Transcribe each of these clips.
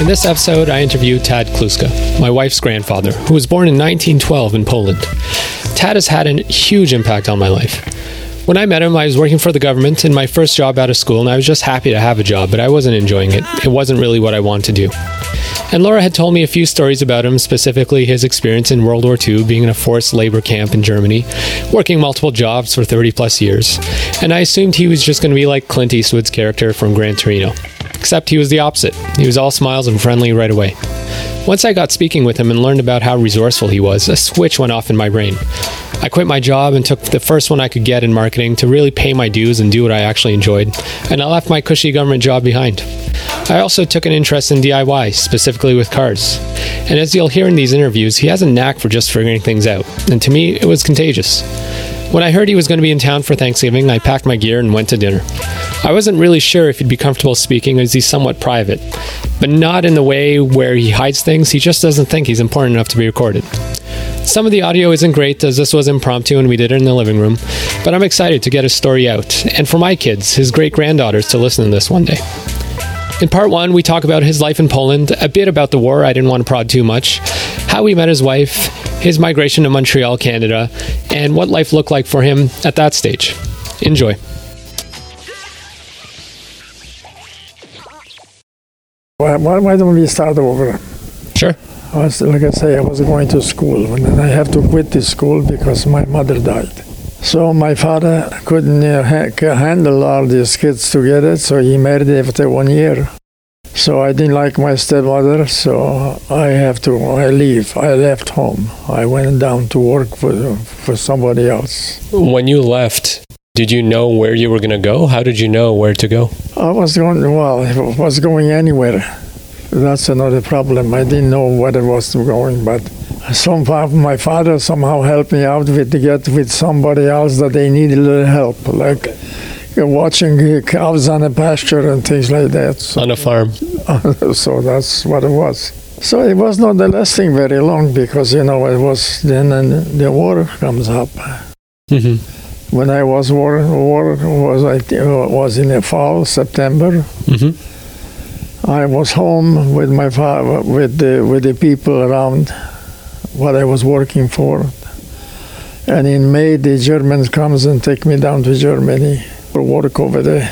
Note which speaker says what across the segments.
Speaker 1: In this episode, I interview Tad Kluska, my wife's grandfather, who was born in 1912 in Poland. Tad has had a huge impact on my life. When I met him, I was working for the government in my first job out of school, and I was just happy to have a job, but I wasn't enjoying it. It wasn't really what I wanted to do. And Laura had told me a few stories about him, specifically his experience in World War II, being in a forced labor camp in Germany, working multiple jobs for 30 plus years. And I assumed he was just going to be like Clint Eastwood's character from Gran Torino. Except he was the opposite. He was all smiles and friendly right away. Once I got speaking with him and learned about how resourceful he was, a switch went off in my brain. I quit my job and took the first one I could get in marketing to really pay my dues and do what I actually enjoyed, and I left my cushy government job behind. I also took an interest in DIY, specifically with cars. And as you'll hear in these interviews, he has a knack for just figuring things out, and to me, it was contagious. When I heard he was going to be in town for Thanksgiving, I packed my gear and went to dinner. I wasn't really sure if he'd be comfortable speaking as he's somewhat private, but not in the way where he hides things, he just doesn't think he's important enough to be recorded. Some of the audio isn't great as this was impromptu and we did it in the living room, but I'm excited to get his story out, and for my kids, his great granddaughters, to listen to this one day. In part one, we talk about his life in Poland, a bit about the war, I didn't want to prod too much, how he met his wife, his migration to Montreal, Canada, and what life looked like for him at that stage. Enjoy.
Speaker 2: Why, why, why don't we start over?
Speaker 1: Sure.
Speaker 2: I was, like I say, I was going to school, and then I have to quit this school because my mother died. So my father couldn't uh, ha- ca- handle all these kids together, so he married after one year. So I didn't like my stepmother, so I have to I leave. I left home. I went down to work for for somebody else.
Speaker 3: When you left, did you know where you were going to go? How did you know where to go?
Speaker 2: I was going well. I was going anywhere. That's another problem. I didn't know where I was going, but some my father somehow helped me out with to get with somebody else that they needed help, like watching cows on a pasture and things like that.
Speaker 3: So, on a farm.
Speaker 2: so that's what it was. So it was not lasting very long because you know it was then and the war comes up. Mm-hmm when I was war, war was I th- was in the fall September. Mm-hmm. I was home with my father, with the with the people around, what I was working for. And in May, the Germans comes and take me down to Germany for work over there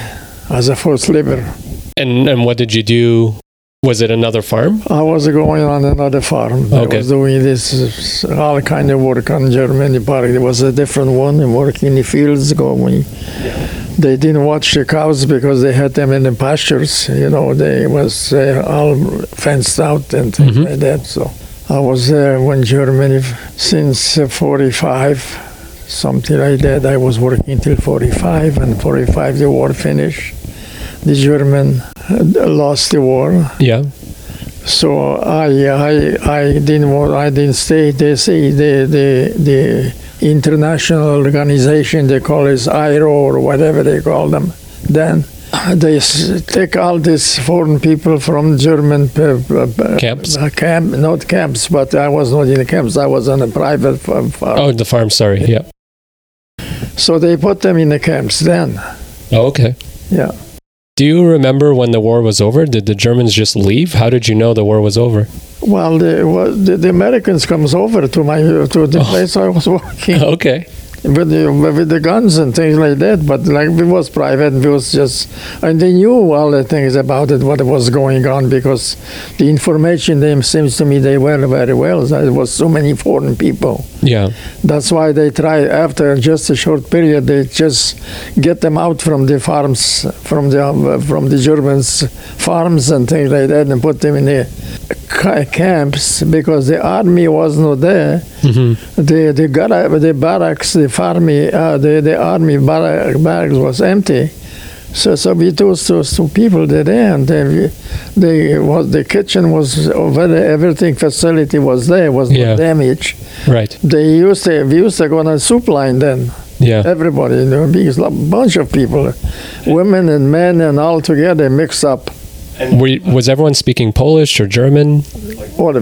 Speaker 2: as a forced labor.
Speaker 3: And and what did you do? Was it another farm?
Speaker 2: I was going on another farm. Okay. I was doing this all kind of work on Germany Park. It was a different one and working in the fields going. Yeah. They didn't watch the cows because they had them in the pastures. You know, they was uh, all fenced out and things mm-hmm. like that. So I was there when Germany since uh, 45, something like that. I was working till 45 and 45 the war finished the German uh, lost the war.
Speaker 3: Yeah.
Speaker 2: So I I I didn't want, I didn't stay. They say the the the international organization they call it IRO or whatever they call them. Then they take all these foreign people from German uh,
Speaker 3: camps.
Speaker 2: Camp, not camps, but I was not in the camps. I was on a private farm.
Speaker 3: Oh, the farm. Sorry. Yeah.
Speaker 2: So they put them in the camps then.
Speaker 3: Oh, okay.
Speaker 2: Yeah.
Speaker 3: Do you remember when the war was over? Did the Germans just leave? How did you know the war was over?
Speaker 2: Well, the, well, the, the Americans comes over to my to the oh. place I was working.
Speaker 3: Okay.
Speaker 2: With the, with the guns and things like that, but like it was private, it was just, and they knew all the things about it, what was going on, because the information them seems to me they were very well. There was so many foreign people.
Speaker 3: Yeah,
Speaker 2: that's why they try after just a short period they just get them out from the farms, from the from the Germans farms and things like that, and put them in the camps because the army was not there. Mm-hmm. The the, gar- the barracks, the army, uh, the, the army barra- barracks was empty. So, so we those, those two people there, and they, they was the kitchen was over everything facility was there was yeah. no damage.
Speaker 3: Right.
Speaker 2: They used to we used to go on a soup line then.
Speaker 3: Yeah.
Speaker 2: Everybody, you know, big bunch of people, women and men and all together mixed up.
Speaker 3: You, was everyone speaking Polish or German?
Speaker 2: Well,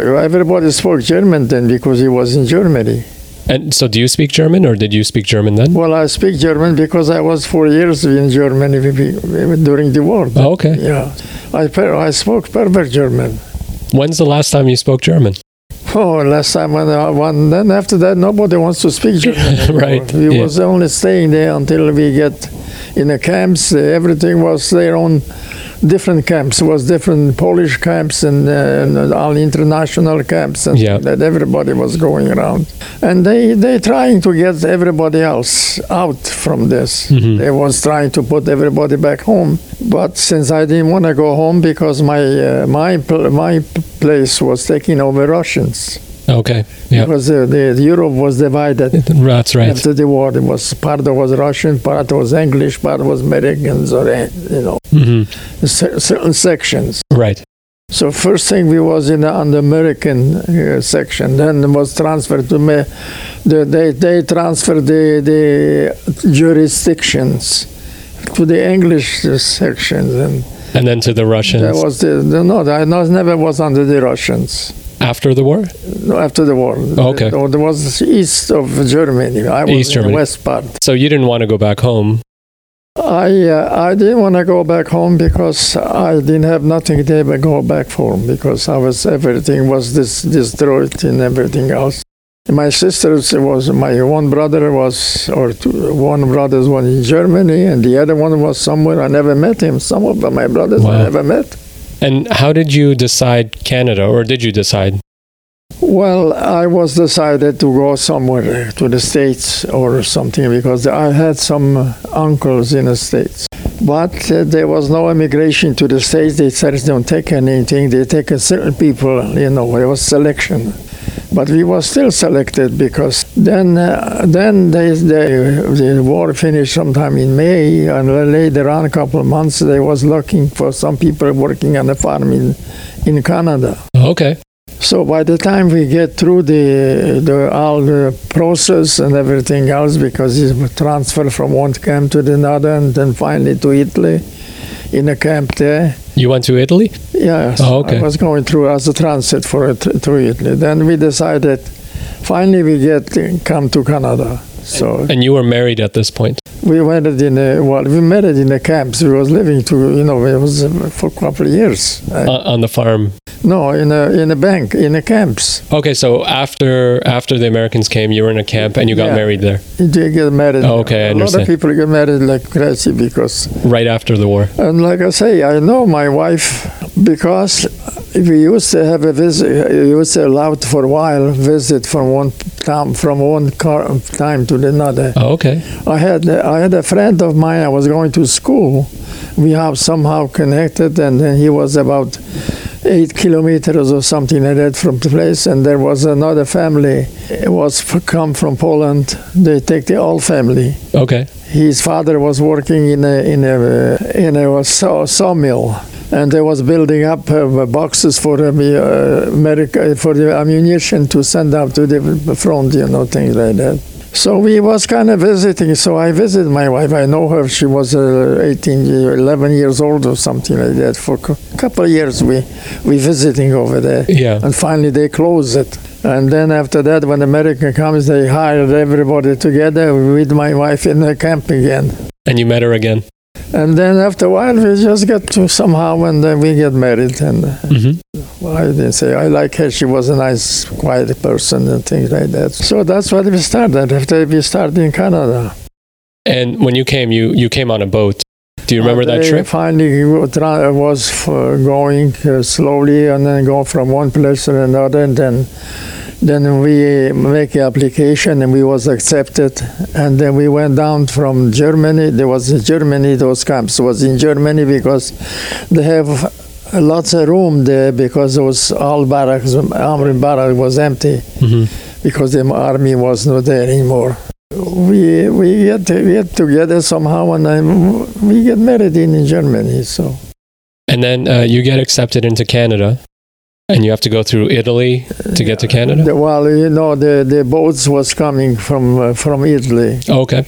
Speaker 2: everybody spoke German then because he was in Germany.
Speaker 3: And so, do you speak German, or did you speak German then?
Speaker 2: Well, I speak German because I was four years in Germany during the war.
Speaker 3: Oh, okay.
Speaker 2: Yeah, I, per- I spoke perfect German.
Speaker 1: When's the last time you spoke German?
Speaker 2: Oh, last time when I won, then after that, nobody wants to speak German. anymore.
Speaker 1: Right,
Speaker 2: We
Speaker 1: yeah.
Speaker 2: was only staying there until we get in the camps. Everything was their own different camps. was different Polish camps and, uh, and all international camps and
Speaker 1: Yeah.
Speaker 2: that everybody was going around. And they they trying to get everybody else out from this.
Speaker 1: Mm-hmm.
Speaker 2: They was trying to put everybody back home. But since I didn't want to go home because my uh, my pl- my p- place was taking over Russians
Speaker 1: Okay. Yeah.
Speaker 2: because uh, the, the Europe was divided.
Speaker 1: That's right.
Speaker 2: After the war, it was part was Russian, part was English, part was Americans, or uh, you know,
Speaker 1: hmm
Speaker 2: cer- certain sections.
Speaker 1: Right.
Speaker 2: So first thing we was in the, on the American uh, section, then was transferred to me. The, they they transferred the the jurisdictions to the English sections, and
Speaker 1: And then to the
Speaker 2: that
Speaker 1: Russians
Speaker 2: was the, the no, I was, never was under the Russians.
Speaker 1: after the war?
Speaker 2: No, after the war.
Speaker 1: Okay.
Speaker 2: There was east of Germany. I was
Speaker 1: East
Speaker 2: in
Speaker 1: Germany.
Speaker 2: the west part.
Speaker 1: So you didn't want to go back home.
Speaker 2: I uh, I didn't want to go back home because I didn't have nothing there but go back home because I was everything was this destroyed and everything else. My sisters was my one brother was or two, one brother's one in Germany and the other one was somewhere I never met him. Some of them, my brothers
Speaker 1: Wow.
Speaker 2: I never met.
Speaker 1: And how did you decide Canada, or did you decide?
Speaker 2: Well, I was decided to go somewhere to the States or something because I had some uh, uncles in the States. But uh, there was no immigration to the States. They said don't take anything. They take a certain people, you know, it was selection. But we were still selected because then uh, then they, they, the war finished sometime in May and later on a couple of months they was looking for some people working on the farm in, in Canada.
Speaker 1: Okay.
Speaker 2: So by the time we get through the, the all the process and everything else, because it's transfer from one camp to the another and then finally to Italy, in a camp there.
Speaker 1: You went to Italy?
Speaker 2: Yes,
Speaker 1: Oh, okay.
Speaker 2: I was going through as a transit for it to Italy. Then we decided, finally we get come to Canada. So
Speaker 1: And you were married at this point.
Speaker 2: we went it in a, well, we met it in the camps. We was living to you know it was uh, for a couple of years. Uh,
Speaker 1: uh, on the farm.
Speaker 2: no, in a in a bank in the camps.
Speaker 1: Okay, so after after the Americans came, you were in a camp and you got
Speaker 2: Yeah.
Speaker 1: married there
Speaker 2: You do get married.
Speaker 1: Oh, okay, I
Speaker 2: a
Speaker 1: understand.
Speaker 2: lot of people get married like crazy because,
Speaker 1: right after the war.
Speaker 2: and like I say, I know my wife because we used to have a visit. We used to allow for a while visit from one town, from one car, time to the another.
Speaker 1: Oh, okay.
Speaker 2: I had I had a friend of mine. I was going to school. We have somehow connected, and then he was about eight kilometers or something like that from the place. And there was another family. It was f- come from Poland. They take the whole family.
Speaker 1: Okay.
Speaker 2: His father was working in a in a in a saw, sawmill, and they was building up uh, boxes for the uh, America for the ammunition to send out to the front, you know, things like that. So we was kind of visiting. So I visited my wife. I know her. She was uh, 18, year- 11 years old or something like that. For a couple of years, we we visiting over there.
Speaker 1: Yeah.
Speaker 2: And finally, they close it. And then after that, when America comes, they hired everybody together with my wife in the camp again.
Speaker 1: And you met her again.
Speaker 2: And then after a while, we just got to somehow, and then we get married. And
Speaker 1: hmm
Speaker 2: well, I didn't say I like her. She was a nice, quiet person and things like that. So that's what we started. After we started in Canada.
Speaker 1: And when you came, you you came on a boat. Do
Speaker 2: Oh,
Speaker 1: you remember that
Speaker 2: They
Speaker 1: trip?
Speaker 2: Finally, go- tra- was for going uh, slowly and then go from one place to another, and then then we make the application and we was accepted, and then we went down from Germany. There was in Germany those camps was in Germany because they have lots of room there because it was all barracks, army barracks was empty
Speaker 1: hmm
Speaker 2: because the army was not there anymore. We we get we get together somehow, and I, we get married in, in Germany. So
Speaker 1: And then uh, you get accepted into Canada, and you have to go through Italy to get to Canada.
Speaker 2: the, well, you know, the, the boats was coming from uh, from Italy,
Speaker 1: Oh, Okay.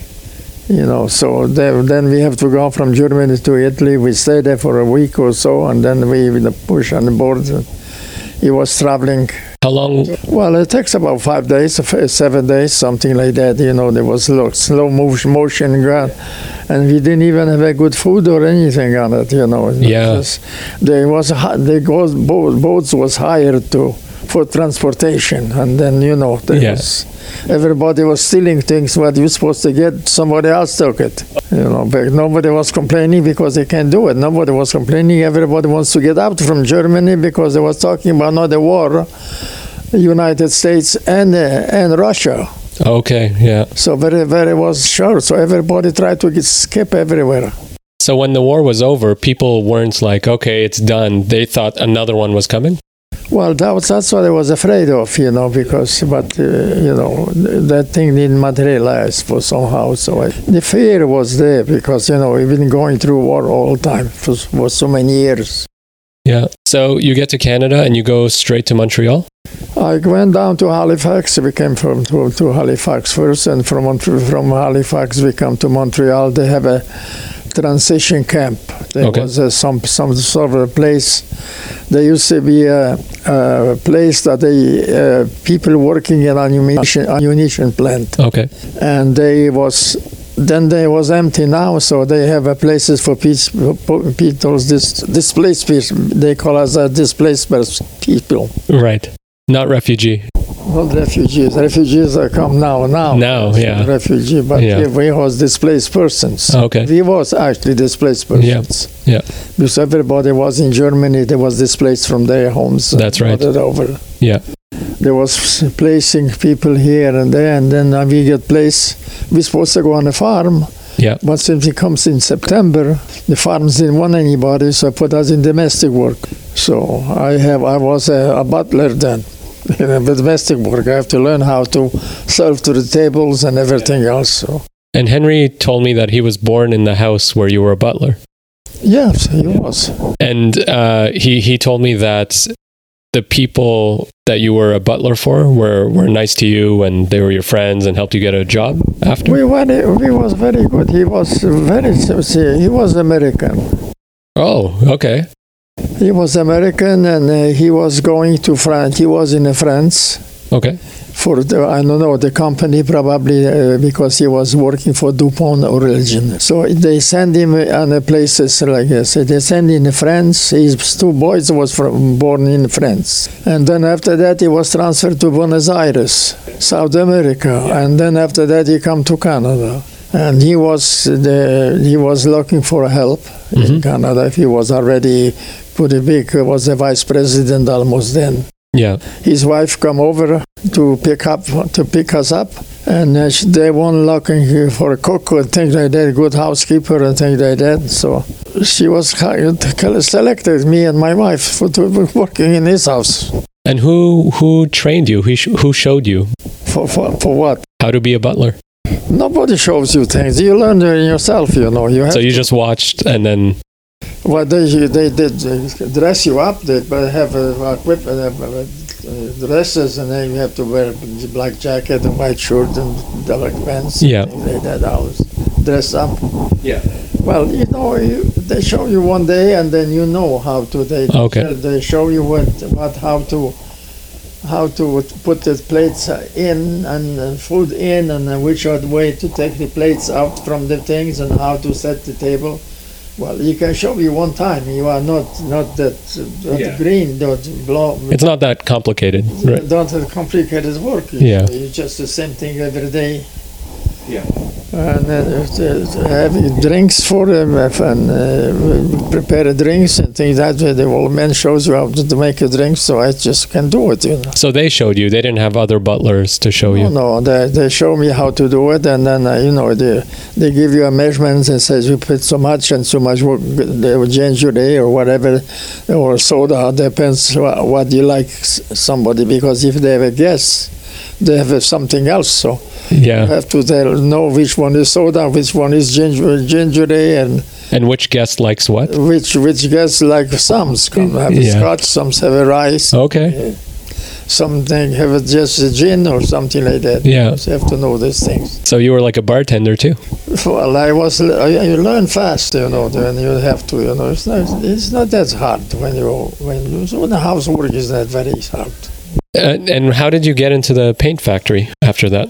Speaker 2: you know. So then, then we have to go from Germany to Italy. We stay there for a week or so, and then we with the push on the board. He was traveling
Speaker 1: How long?
Speaker 2: Well, it takes about five days, f- seven days, something like that. You know, there was lo- slow mov- motion ground, and we didn't even have a good food or anything on it. You know, It was
Speaker 1: Yeah.
Speaker 2: just- There was hi- the goes, bo- boats was hired to for transportation, and then you know, there
Speaker 1: Yeah.
Speaker 2: was, everybody was stealing things. What you're supposed to get, somebody else took it. You know, but nobody was complaining because they can't do it. Nobody was complaining. Everybody wants to get out from Germany because they was talking about another war. United States and uh, and Russia.
Speaker 1: Okay, yeah.
Speaker 2: So very very was short. So everybody tried to get skip everywhere.
Speaker 1: So when the war was over, people weren't like, okay, it's done. They thought another one was coming.
Speaker 2: Well, that was, that's what I was afraid of, you know, because but uh, you know th- that thing didn't materialize for somehow. So I, the fear was there because you know we've been going through war all the time for, s- for so many years.
Speaker 1: Yeah. So you get to Canada and you go straight to Montreal.
Speaker 2: I went down to Halifax. We came from to, to Halifax first, and from Mont- from Halifax we come to Montreal. They have a transition camp. There
Speaker 1: Okay.
Speaker 2: was a, some some sort of a place. There used to be a, a place that they uh, people working in ammunition ammunition plant,
Speaker 1: Okay.
Speaker 2: and they was then they was empty now. So they have a places for peace, for people dis, displaced people. They call us a displaced pers- people.
Speaker 1: Right. Not refugee.
Speaker 2: Well, refugees. Refugees are come now. Now.
Speaker 1: Now, yeah.
Speaker 2: Refugee, but
Speaker 1: Yeah.
Speaker 2: if we was displaced persons.
Speaker 1: Okay.
Speaker 2: We was actually displaced persons.
Speaker 1: yeah.
Speaker 2: Because everybody was in Germany. They was displaced from their homes. and
Speaker 1: That's right.
Speaker 2: brought it over.
Speaker 1: Yeah.
Speaker 2: There was placing people here and there, and then uh, we get placed. We supposed to go on a farm,
Speaker 1: Yeah.
Speaker 2: but since it comes in September, the farms didn't want anybody, so put us in domestic work. So I have I was a, a butler then. You know, with domestic work, I have to learn how to serve to the tables and everything else. So
Speaker 1: And Henry told me that he was born in the house where you were a butler.
Speaker 2: yes, he was.
Speaker 1: And uh, he he told me that the people that you were a butler for were, were nice to you and they were your friends and helped you get a job after.
Speaker 2: We were, we was very good. He was very sincere. He was American.
Speaker 1: Oh, okay.
Speaker 2: He was American, and uh, he was going to France. He was in France.
Speaker 1: Okay.
Speaker 2: for the, I don't know the company probably uh, because he was working for Dupont origin. So they send him on the places like this. They send in France. His two boys was from, born in France, and then after that he was transferred to Buenos Aires, South America, and then after that he come to Canada. And he was the, he was looking for help in
Speaker 1: Mhm.
Speaker 2: Canada. He was already pretty big. He was the vice president almost then
Speaker 1: Yeah.
Speaker 2: his wife come over to pick up to pick us up and uh, she- they weren't looking for a cook and things like that good housekeeper and things like that so she was hired- selected me and my wife for to be working in his house
Speaker 1: And who who trained you? Who sh- who showed you
Speaker 2: for, for, for what
Speaker 1: how to be a butler?
Speaker 2: nobody shows you things you learn it yourself you know you have
Speaker 1: So you just watched and then
Speaker 2: what they they did they dress you up they have uh, equip uh, uh, dresses and then you have to wear black jacket and white shirt and dark pants
Speaker 1: Yeah.
Speaker 2: they, that I was dressed up
Speaker 1: Yeah.
Speaker 2: well you know you, they show you one day and then you know how to they
Speaker 1: Okay.
Speaker 2: they show you what what how to how to put the plates in and uh, food in and uh, which odd way to take the plates out from the things and how to set the table well you can show you one time you are not not that, that
Speaker 1: Yeah.
Speaker 2: green don't blow
Speaker 1: it's not that complicated, right?
Speaker 2: don't have complicated work. You
Speaker 1: Yeah.
Speaker 2: know, You just the same thing every day.
Speaker 1: Yeah.
Speaker 2: And uh, uh, have drinks for them uh, and uh, prepare drinks and things that way. The old man shows you how to make a drink, so I just can do it. You know.
Speaker 1: So they showed you. They didn't have other butlers to show
Speaker 2: Oh, No,
Speaker 1: you.
Speaker 2: no, they, they show me how to do it, and then uh, you know they they give you a measurements and says you put so much and so much. Work, they will change your day or whatever, or soda depends wha- what you like s- somebody because if they have a guess, they have uh, something else. So you
Speaker 1: Yeah.
Speaker 2: have to tell know which one is soda, which one is ginger ginger ale, and
Speaker 1: And which guest likes what?
Speaker 2: which which guess like some come have a
Speaker 1: Yeah. Oh.
Speaker 2: scotch, some have a rice,
Speaker 1: Okay.
Speaker 2: something have a just a gin or something like that.
Speaker 1: Yeah.
Speaker 2: You have to know these things.
Speaker 1: So you were like a bartender too.
Speaker 2: Well, I was. I- You learn fast, you know, when you have to. You know, it's not. It's not that hard when you when you so the housework is not very hard.
Speaker 1: Uh, and how did you get into the paint factory after that?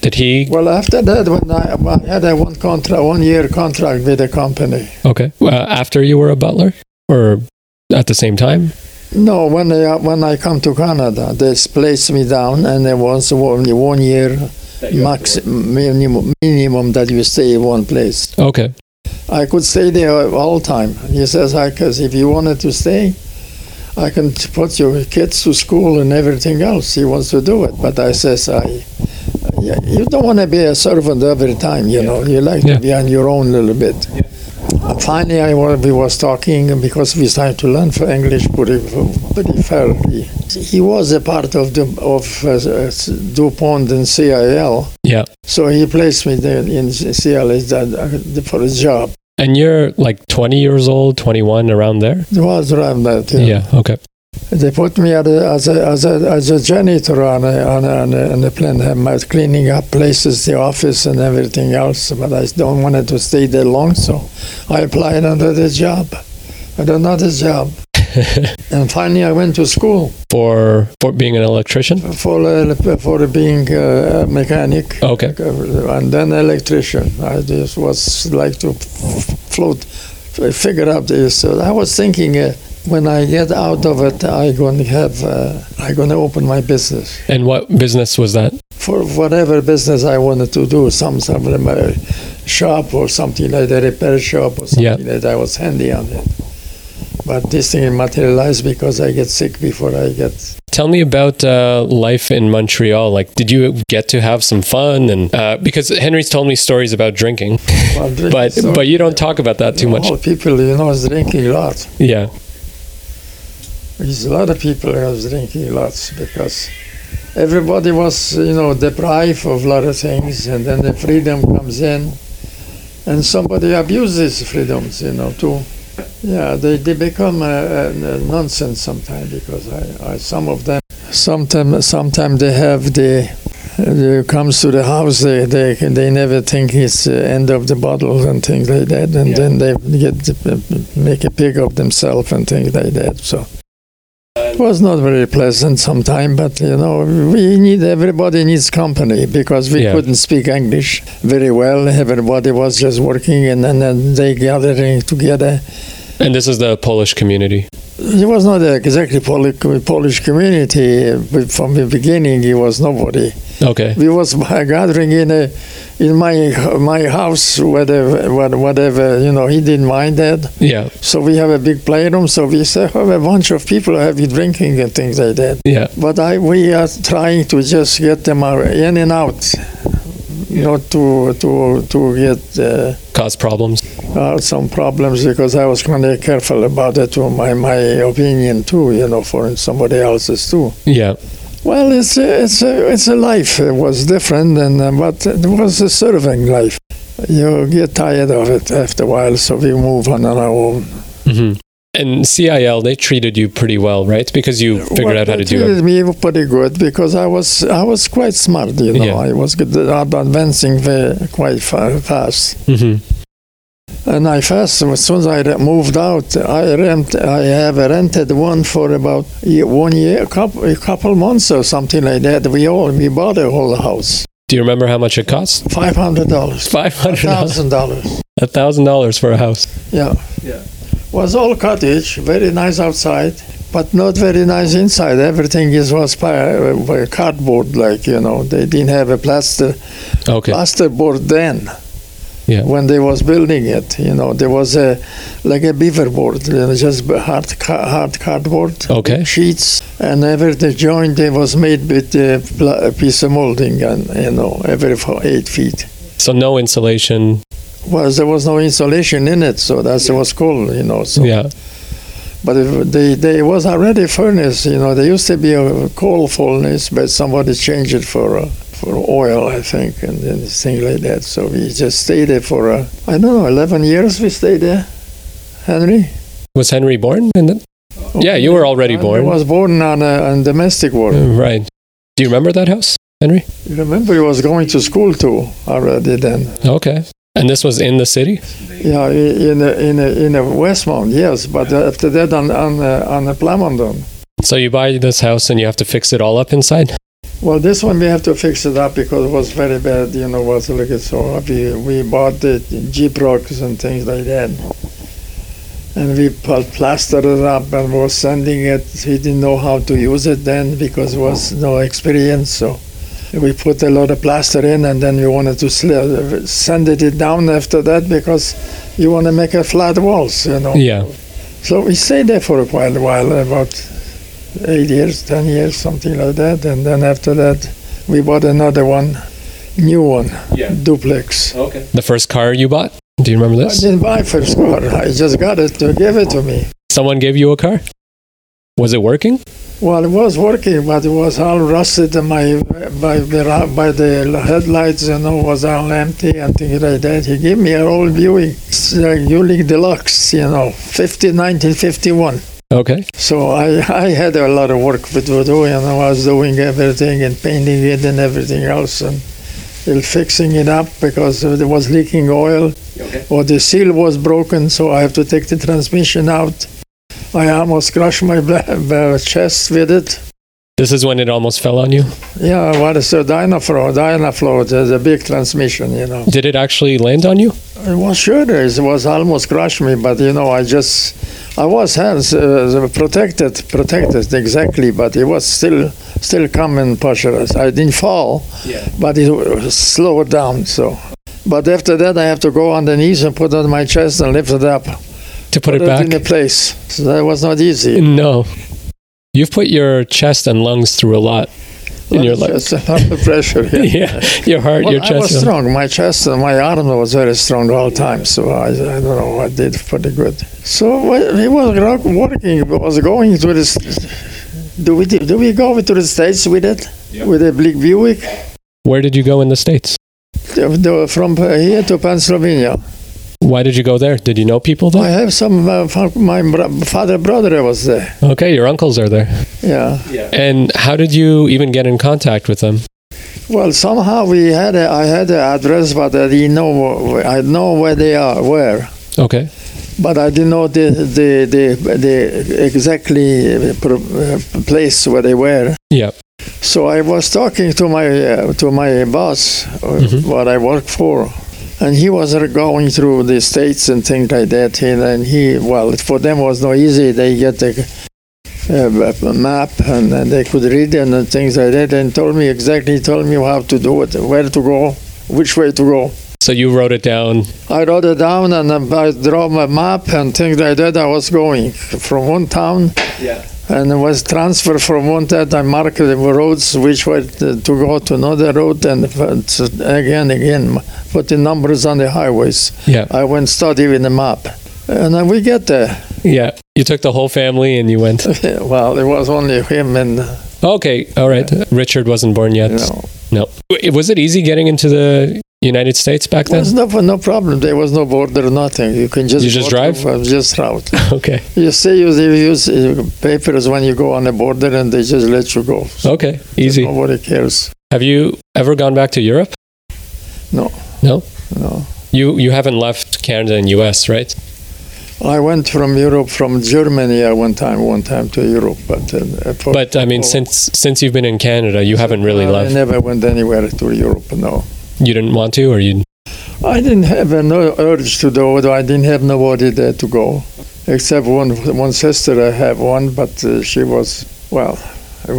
Speaker 1: Did he?
Speaker 2: Well, after that, when I, I had a one contract, one year contract with the company.
Speaker 1: Okay. Uh, after you were a butler, or at the same time?
Speaker 2: No, when I, when I come to Canada, they placed me down, and it was only one year max minimum, minimum that you stay in one place.
Speaker 1: Okay.
Speaker 2: I could stay there all time. He says, "I because if you wanted to stay, I can t- put your kids to school and everything else. He wants to do it, but I says, I." Yeah, you don't want to be a servant every time, you know. You like
Speaker 1: Yeah.
Speaker 2: to be on your own a little bit. And Finally, I wa- we was talking and because we started to learn for English pretty, pretty fairly. He was a part of the of uh, s- DuPont and CIL,
Speaker 1: Yeah.
Speaker 2: so he placed me there in CIL as that- uh, for a job.
Speaker 1: And you're like 20 years old, 21, around there?
Speaker 2: It was around that. you know.
Speaker 1: Yeah. Okay.
Speaker 2: They put me at a, as, a, as, a, as a janitor on a, on a, on a, on a plant, I'm out cleaning up places, the office and everything else, but I don't wanted to stay there long, so I applied under the job, at another job. and finally, I went to school
Speaker 1: For for being an electrician?
Speaker 2: for, uh, for being uh, a mechanic
Speaker 1: Okay.
Speaker 2: and then electrician. I just was like to f- float, f- figure out this. So I was thinking, uh, when I get out of it, i going to have, uh, i going to open my business
Speaker 1: And what business was that?
Speaker 2: for whatever business I wanted to do, some some of my shop or something like that, repair shop or something
Speaker 1: Yeah.
Speaker 2: like that. I was handy on it. But this thing materialized because I get sick before I get.
Speaker 1: Tell me about uh, life in Montreal. Like, did you get to have some fun? And uh, because Henry's told me stories about drinking, but but you don't talk about that too much.
Speaker 2: All Oh, people, you know, is drinking a lot.
Speaker 1: Yeah.
Speaker 2: There's a lot of people who was drinking lots because everybody was, you know, deprived of a lot of things, and then the freedom comes in, and somebody abuses freedoms, you know, too. Yeah, they, they become uh, uh, nonsense sometimes because I, I some of them sometimes sometimes they have the uh, comes to the house they they, they never think it's uh, end of the bottle and things like that and
Speaker 1: Yeah.
Speaker 2: then they get make a pig of themselves and things like that so it was not very pleasant sometime but you know we need everybody needs company because we
Speaker 1: Yeah.
Speaker 2: couldn't speak english very well everybody was just working and then, then they gathering together
Speaker 1: And this is the Polish community.
Speaker 2: he was not exactly Poli- Polish community but from the beginning. He was nobody.
Speaker 1: Okay.
Speaker 2: We was gathering in a in my my house, whatever, what- whatever you know. He didn't mind that.
Speaker 1: Yeah.
Speaker 2: So we have a big playroom. So we say have a bunch of people have you drinking and things like that.
Speaker 1: Yeah.
Speaker 2: But I we are trying to just get them out, in and out, not to to to get. Uh,
Speaker 1: Cause problems.
Speaker 2: uh, some problems because I was kind of careful about it too. My my opinion too, you know, for somebody else's too.
Speaker 1: Yeah.
Speaker 2: Well, it's a, it's a, it's a life. It was different, and uh, but it was a serving life. You get tired of it after a while, so we move on on our own.
Speaker 1: hmm And CIL, they treated you pretty well, right? Because you figured
Speaker 2: Well,
Speaker 1: out how
Speaker 2: they
Speaker 1: to do it.
Speaker 2: treated me pretty good because I was I was quite smart, you know.
Speaker 1: Yeah.
Speaker 2: I was good at advancing very, quite fa- fast.
Speaker 1: hmm
Speaker 2: And I first, as soon as I re- moved out, I rent, I have rented one for about ye- one year, couple, a couple months or something like that. We all we bought a whole house,
Speaker 1: Do you remember how much it cost?
Speaker 2: five hundred dollars,
Speaker 1: Five hundred dollars.
Speaker 2: thousand dollars.
Speaker 1: A thousand dollars for a house.
Speaker 2: Yeah,
Speaker 1: Yeah.
Speaker 2: was all cottage, very nice outside, but not very nice inside. Everything is was pi- uh, cardboard, like you know, they didn't have a plaster
Speaker 1: Okay.
Speaker 2: Uh, plasterboard then.
Speaker 1: Yeah.
Speaker 2: When they was building it, you know, there was a like a beaver board, you know, just hard ca- hard cardboard
Speaker 1: Okay.
Speaker 2: sheets, and every the joint it was made with a, pla- a piece of molding, and you know, every for eight feet.
Speaker 1: So no insulation.
Speaker 2: Was there was no insulation in it, so that's it was cool, you know. So,
Speaker 1: Yeah.
Speaker 2: but if they they was already furnace, you know. There used to be a coal furnace, but somebody changed it for. Uh, for oil, I think, and then things like that. So we just stayed there for, uh, I don't know, 11 years we stayed there, Henry?
Speaker 1: Was Henry born? In the- Yeah, you were already
Speaker 2: I
Speaker 1: born.
Speaker 2: was born on a on domestic war.
Speaker 1: Uh, Right. Do you remember that house, Henry?
Speaker 2: You remember, he was going to school too already then.
Speaker 1: Okay. And this was in the city?
Speaker 2: Yeah, in in in, in Westmount, yes. But after that, on on uh, on the Plamondon,
Speaker 1: So you buy this house and you have to fix it all up inside?
Speaker 2: Well, this one we have to fix it up because it was very bad, you know, was like it's so we we bought the Jeep rocks and things like that. And we pl- plastered it up and was sending it. He didn't know how to use it then because it was no experience. So we put a lot of plaster in and then we wanted to sl- sand it down after that because you want to make a flat walls, you know.
Speaker 1: Yeah.
Speaker 2: So we stayed there for quite a while, about eight years, ten years, something like that. And then after that, we bought another one, new one,
Speaker 1: Yeah.
Speaker 2: duplex.
Speaker 1: Okay. The first car you bought? Do you remember
Speaker 2: I
Speaker 1: this?
Speaker 2: didn't buy first car. I just got it to give it to me.
Speaker 1: Someone gave you a car? Was it working?
Speaker 2: Well, it was working, but it was all rusted. And my by the ra- by the headlights, you know, was all empty and things like that. He gave me an old Buick, uh, Buick Deluxe, you know, 50, 1951.
Speaker 1: Okay.
Speaker 2: So I, I had a lot of work to do, you know, I was doing everything and painting it and everything else and and fixing it up because it was leaking oil or the seal was broken, so I have to take the transmission out. I almost crushed my bla- bla- chest with it.
Speaker 1: This is when it almost fell on you.
Speaker 2: Yeah, what is a Dynaflow? Dynaflow, the, the big transmission, you know.
Speaker 1: Did it actually land on you?
Speaker 2: It was sure it was almost crushed me, but you know, I just, I was hands uh, protected, protected exactly, but it was still, still coming pressurized. I didn't fall,
Speaker 1: Yeah.
Speaker 2: but it was slowed down. So, but after that, I have to go on the knees and put on my chest and lift it up,
Speaker 1: To put it
Speaker 2: put
Speaker 1: back?
Speaker 2: it in the place. So that was not easy.
Speaker 1: No. You've put your chest and lungs through a lot in your life.
Speaker 2: Just under pressure. Yeah.
Speaker 1: yeah. Your heart,
Speaker 2: Well,
Speaker 1: your
Speaker 2: I was
Speaker 1: chest. and-
Speaker 2: strong. My chest and my arm was very strong all the time. So I, I don't know. I did pretty good. So well, we was rock- working. We was going to this. Do we do we go to the states with it? With a big Buick
Speaker 1: Where did you go in the States?
Speaker 2: The- from here to Pennsylvania.
Speaker 1: Why did you go there? Did you know people
Speaker 2: I
Speaker 1: there?
Speaker 2: have some. Uh, fa- my bro- father brother was there.
Speaker 1: Okay, your uncles are there.
Speaker 2: Yeah.
Speaker 1: And how did you even get in contact with them?
Speaker 2: Well, somehow we had. A, I had an address, but I didn't know. I know where they are. Where.
Speaker 1: Okay.
Speaker 2: But I didn't know the the the, the exactly uh, pro- uh, place where they were.
Speaker 1: Yeah.
Speaker 2: So I was talking to my uh, to my boss, uh,
Speaker 1: Mhm.
Speaker 2: what I work for, and he was uh, going through the states and things like that. And, and he, well, for them was no easy. They get the uh, a map and, and they could read it and things like that. And told me exactly, told me how to do it, where to go, which way to go.
Speaker 1: So you wrote it down.
Speaker 2: I wrote it down and then I draw my map and things like that. I was going from one town
Speaker 1: Yeah.
Speaker 2: and I was transferred from one town. I marked the roads which way to to go to another road and f- again, again, put the numbers on the highways.
Speaker 1: Yeah.
Speaker 2: I went study with the map. And then we get there.
Speaker 1: Yeah. You took the whole family and you went.
Speaker 2: well, it was only him and,
Speaker 1: Okay. All right. Richard wasn't born yet.
Speaker 2: you know,
Speaker 1: No. W- Was it easy getting into the United States back
Speaker 2: there
Speaker 1: then?
Speaker 2: was no, no problem. There was no border, nothing. You can just
Speaker 1: You just
Speaker 2: go
Speaker 1: drive?
Speaker 2: through, uh, Just route.
Speaker 1: Okay.
Speaker 2: You say you they use uh, papers when you go on the border and they just let you go.
Speaker 1: Okay. Easy.
Speaker 2: Nobody cares.
Speaker 1: Have you ever gone back to Europe?
Speaker 2: No.
Speaker 1: No?
Speaker 2: No.
Speaker 1: You you haven't left Canada and US, right?
Speaker 2: I went from Europe, from Germany, I one time, one time to Europe, but uh, for,
Speaker 1: But I mean
Speaker 2: for-
Speaker 1: since since you've been in Canada, you haven't really
Speaker 2: I
Speaker 1: left.
Speaker 2: never went anywhere to Europe. No,
Speaker 1: You didn't want to or you
Speaker 2: I didn't have uh, no urge to do it. I didn't have nobody there to go, except one one sister. I have one, but uh, she was well.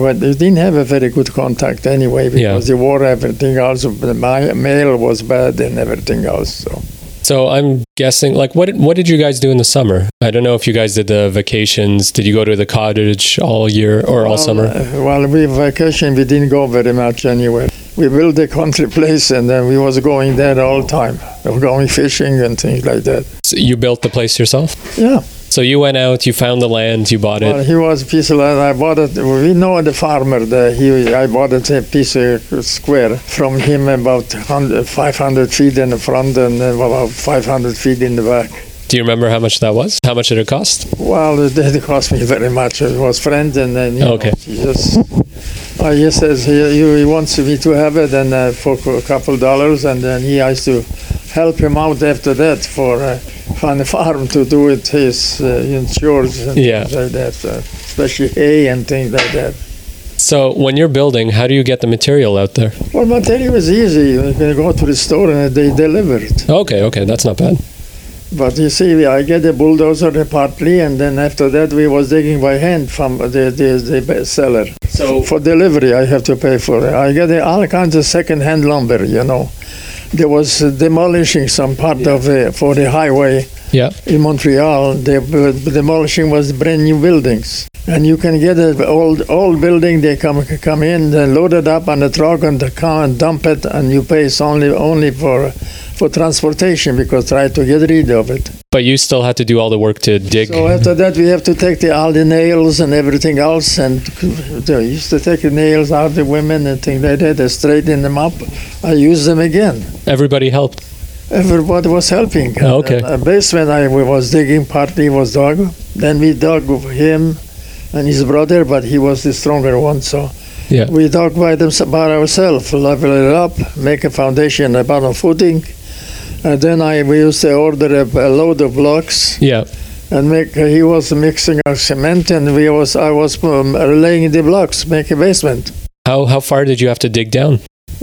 Speaker 2: Well, they didn't have a very good contact anyway
Speaker 1: Yeah.
Speaker 2: because the war, everything else, but my mail was bad and everything else. So.
Speaker 1: So I'm guessing, like, what what did you guys do in the summer? I don't know if you guys did the vacations. Did you go to the cottage all year or all
Speaker 2: Well,
Speaker 1: summer?
Speaker 2: uh, Well, we vacation, we didn't go very much anywhere. We built a country place and then we was going there all the time, going fishing and things like that.
Speaker 1: So you built the place yourself.
Speaker 2: Yeah,
Speaker 1: So you went out, you found the land, you bought
Speaker 2: well,
Speaker 1: it.
Speaker 2: he was a piece of land. I bought it. We know the farmer there. He, I bought it a piece of square from him about 100, 500 feet in the front and then about 500 feet in the back.
Speaker 1: Do you remember how much that was? How much did it cost?
Speaker 2: Well, it didn't cost me very much. It was friend, and then you
Speaker 1: Okay.
Speaker 2: know, she just. I just says he, he he wants me to have it, and uh, for a couple dollars, and then he has to help him out after that for uh, on the farm to do it. He's uh, in charge and
Speaker 1: Yeah.
Speaker 2: things like that, uh, especially hay and things like that.
Speaker 1: So when you're building, how do you get the material out there?
Speaker 2: Well, material is easy. You can go to the store and they deliver it.
Speaker 1: Okay, okay, that's not bad.
Speaker 2: But you see, I get the bulldozer partly, and then after that we was digging by hand from the the, the seller.
Speaker 1: So
Speaker 2: For delivery, I have to pay for it. I get all kinds of second-hand lumber, you know. There was demolishing some part of the, for the highway
Speaker 1: yeah,
Speaker 2: in Montreal. The b- demolishing was brand new buildings, and you can get an old old building. They come come in, they load it up on the truck, and they come and dump it, and you pay it's only only for for transportation because try to get rid of it.
Speaker 1: but you still had to do all the work to dig.
Speaker 2: So after that, we have to take the, all the nails and everything else, and they used to take the nails out the women and things like that. I straighten them up. I use them again.
Speaker 1: Everybody helped.
Speaker 2: Everybody was helping.
Speaker 1: Oh, okay.
Speaker 2: A basement I we was digging. Partly was dog. Then we dug with him and his brother, but he was the stronger one. So
Speaker 1: Yeah.
Speaker 2: we dug by them by ourselves, level it up, make a foundation, a bottom footing, and then I we used to order a, a load of blocks
Speaker 1: Yeah.
Speaker 2: and make he was mixing our cement and we was I was um, laying the blocks make a basement.
Speaker 1: How how far did you have to dig down?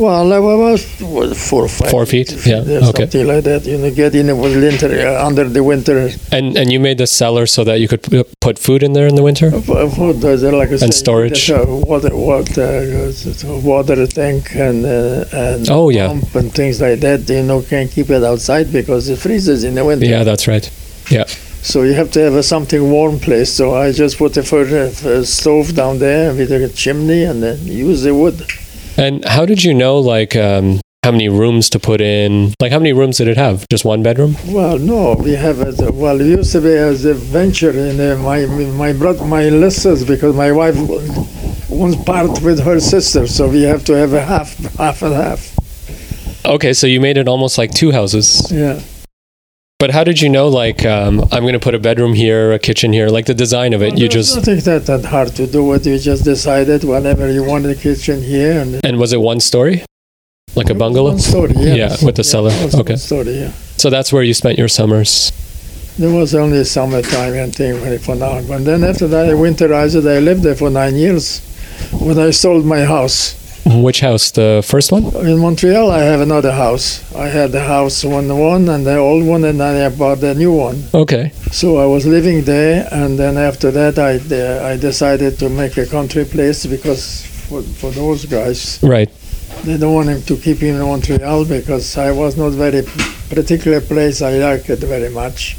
Speaker 2: Well, I was what, four or five
Speaker 1: Four feet?
Speaker 2: if-
Speaker 1: Yeah,
Speaker 2: there's
Speaker 1: okay.
Speaker 2: something like that. You know, get in the winter uh, under the winter.
Speaker 1: And and you made the cellar so that you could p- put food in there in the winter.
Speaker 2: uh, What does it like? I said,
Speaker 1: storage.
Speaker 2: there's a water, water, uh, water tank, and uh, and
Speaker 1: Oh, yeah.
Speaker 2: pump and things like that. You know, can't keep it outside because it freezes in the winter.
Speaker 1: Yeah, that's right.
Speaker 2: So you have to have a something warm place. So I just put a furnace, a uh, stove down there with a chimney and then use the wood.
Speaker 1: And how did you know like um, how many rooms to put in? Like how many rooms did it have? Just one bedroom?
Speaker 2: Well, no, we have a well. It used to be as a venture in uh, my my brother, my sisters, because my wife wants part with her sister, so we have to have a half, half and half.
Speaker 1: Okay, so you made it almost like two houses.
Speaker 2: Yeah.
Speaker 1: But how did you know like um, I'm going to put a bedroom here, a kitchen here, like the design of it? You
Speaker 2: I
Speaker 1: just
Speaker 2: don't think that that hard to do. What you just decided whenever you want the kitchen here and
Speaker 1: and was it one story? Like a bungalow?
Speaker 2: One story,
Speaker 1: Yeah, with the cellar.
Speaker 2: it was one
Speaker 1: Okay.
Speaker 2: story, yeah.
Speaker 1: So that's where you spent your summers.
Speaker 2: There was only summertime and thing when- for now. But then after that, I winterized. I lived there for nine years. When I sold my house
Speaker 1: Which house? The first one?
Speaker 2: in Montreal, I have another house. I had the house one one and the old one, and then I bought the new one.
Speaker 1: Okay.
Speaker 2: So I was living there, and then after that, I de- I decided to make a country place because for, for those guys,
Speaker 1: Right.
Speaker 2: they don't want him to keep him in Montreal because I was not very particular place. I liked it very much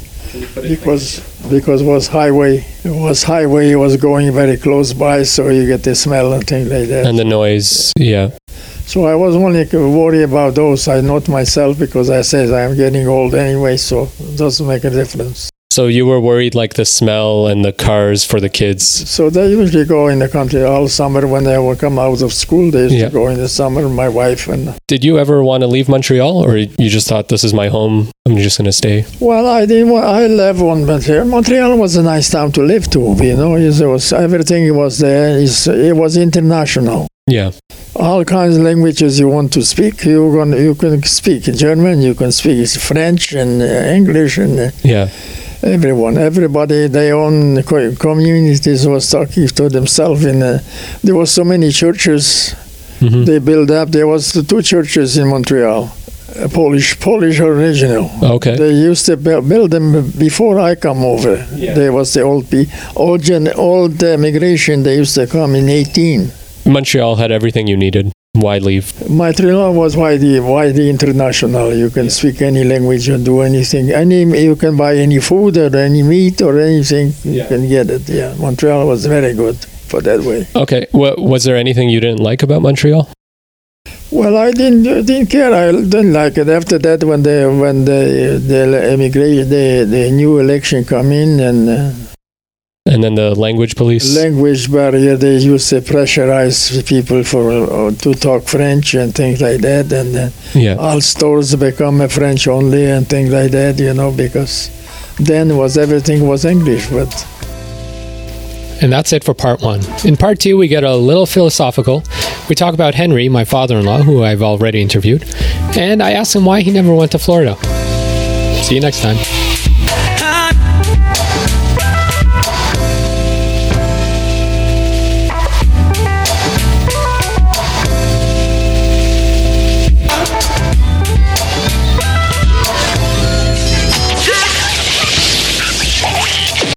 Speaker 2: because because was highway it was highway it was going very close by so you get the smell and things like that
Speaker 1: And the noise. Yeah.
Speaker 2: so i was only worried about those i not myself because i said i'm getting old anyway so it doesn't make a difference
Speaker 1: So you were worried like the smell and the cars for the kids.
Speaker 2: so they usually go in the country all summer when they will come out of school they used
Speaker 1: Yeah.
Speaker 2: to go in the summer my wife and
Speaker 1: Did you ever want to leave Montreal or you just thought this is my home? I'm just going to stay.
Speaker 2: well i didn't wa- i left one montreal montreal was a nice town to live to you know it was everything was there It's- it was international
Speaker 1: Yeah.
Speaker 2: all kinds of languages you want to speak. You can you can speak German, you can speak French and uh, English and uh,
Speaker 1: Yeah.
Speaker 2: everyone, everybody. Their own co- communities was talking to themselves. In uh, there was so many churches
Speaker 1: hmm
Speaker 2: they built up. There was the two churches in Montreal, uh, Polish Polish original.
Speaker 1: Okay.
Speaker 2: They used to bu- build them before I come over.
Speaker 1: Yeah.
Speaker 2: There was the old pe- old gen- old uh, migration. They used to come in eighteen.
Speaker 1: Montreal had everything you needed. Why leave?
Speaker 2: My Montreal was widely, widely international. You can speak any language and do anything. Any you can buy any food or any meat or anything. You
Speaker 1: Yeah.
Speaker 2: can get it. Yeah, Montreal was very good for that way.
Speaker 1: Okay. What, was there anything you didn't like about Montreal?
Speaker 2: Well, I didn't didn't care. I didn't like it. After that, when the when the the emigration the the new election come in and uh,
Speaker 1: And then the language police?
Speaker 2: language barrier, they used to pressurize people for uh, to talk French and things like that and. Uh,
Speaker 1: yeah.
Speaker 2: all stores become a French only and things like that, you know, because then was everything was English. But
Speaker 4: And that's it for part one. In part two, we get a little philosophical. We talk about Henry, my father in law, who I've already interviewed, and I ask him why he never went to Florida. See you next time.